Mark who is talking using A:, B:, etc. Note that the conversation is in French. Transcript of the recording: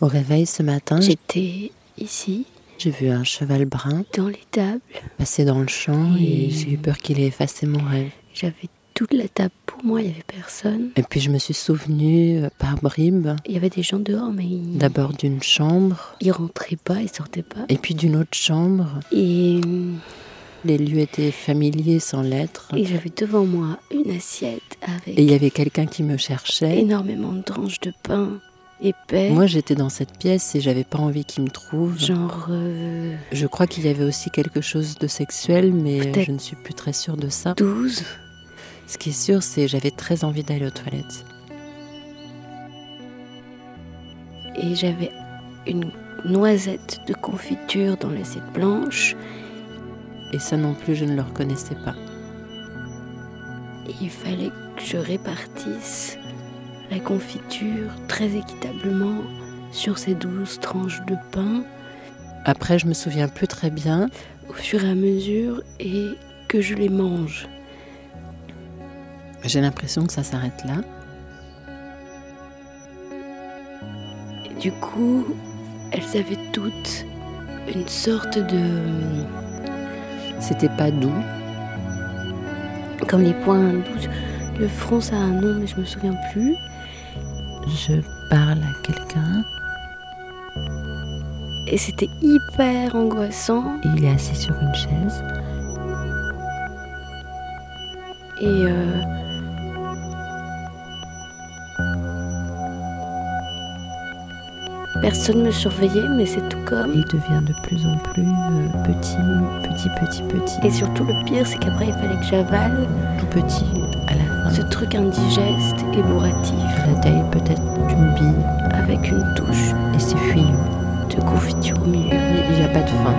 A: Au réveil ce matin,
B: J'étais ici,
A: j'ai vu un cheval brun
B: dans les tables.
A: passer dans le champ et
B: Et-
A: j'ai eu peur qu'il ait effacé mon rêve.
B: J'avais toute la table pour moi, il n'y avait personne.
A: Et puis je me suis souvenue euh, par bribes
B: Il y avait des gens dehors, mais ils,
A: d'abord d'une chambre
B: ils rentraient pas, ils sortaient pas.
A: et puis d'une autre chambre.
B: Et,
A: Les lieux étaient familiers sans lettres
B: et j'avais devant moi une assiette avec
A: et il y avait quelqu'un qui me cherchait.
B: énormément de tranches de pain épais,
A: Moi j'étais dans cette pièce et j'avais pas envie qu'il me trouve.
B: genre euh,
A: Je crois qu'il y avait aussi quelque chose de sexuel mais euh,
B: Peut-être.
A: je ne suis plus très sûre de ça.
B: 12.
A: Ce qui est sûr c'est que j'avais très envie d'aller aux toilettes.
B: Et j'avais une noisette de confiture dans l'assiette blanche.
A: Et ça non plus je ne le reconnaissais pas.
B: Et il fallait que je répartisse la confiture très équitablement sur ces douze tranches de pain
A: Après je me souviens plus très bien.
B: au fur et à mesure et que je les mange.
A: J'ai l'impression que ça s'arrête là.
B: Et du coup, elles avaient toutes une sorte de...
A: C'était pas doux.
B: comme les points douces. Le front, ça a un nom, mais je me souviens plus.
A: Je parle à quelqu'un.
B: Et c'était hyper angoissant.
A: Il est assis sur une chaise.
B: Et euh, personne me surveillait, mais c'est tout comme.
C: Il devient de plus en plus euh, petit, petit, petit, petit,
B: Et surtout, le pire, c'est qu'après, il fallait que j'avale
C: tout petit euh, à la fin.
B: ce truc indigeste et bourratif
C: La taille peut-être d'une bille
B: avec une touche
C: et c'est fuyant.
B: de confiture au milieu.
A: Il n'y a pas de fin.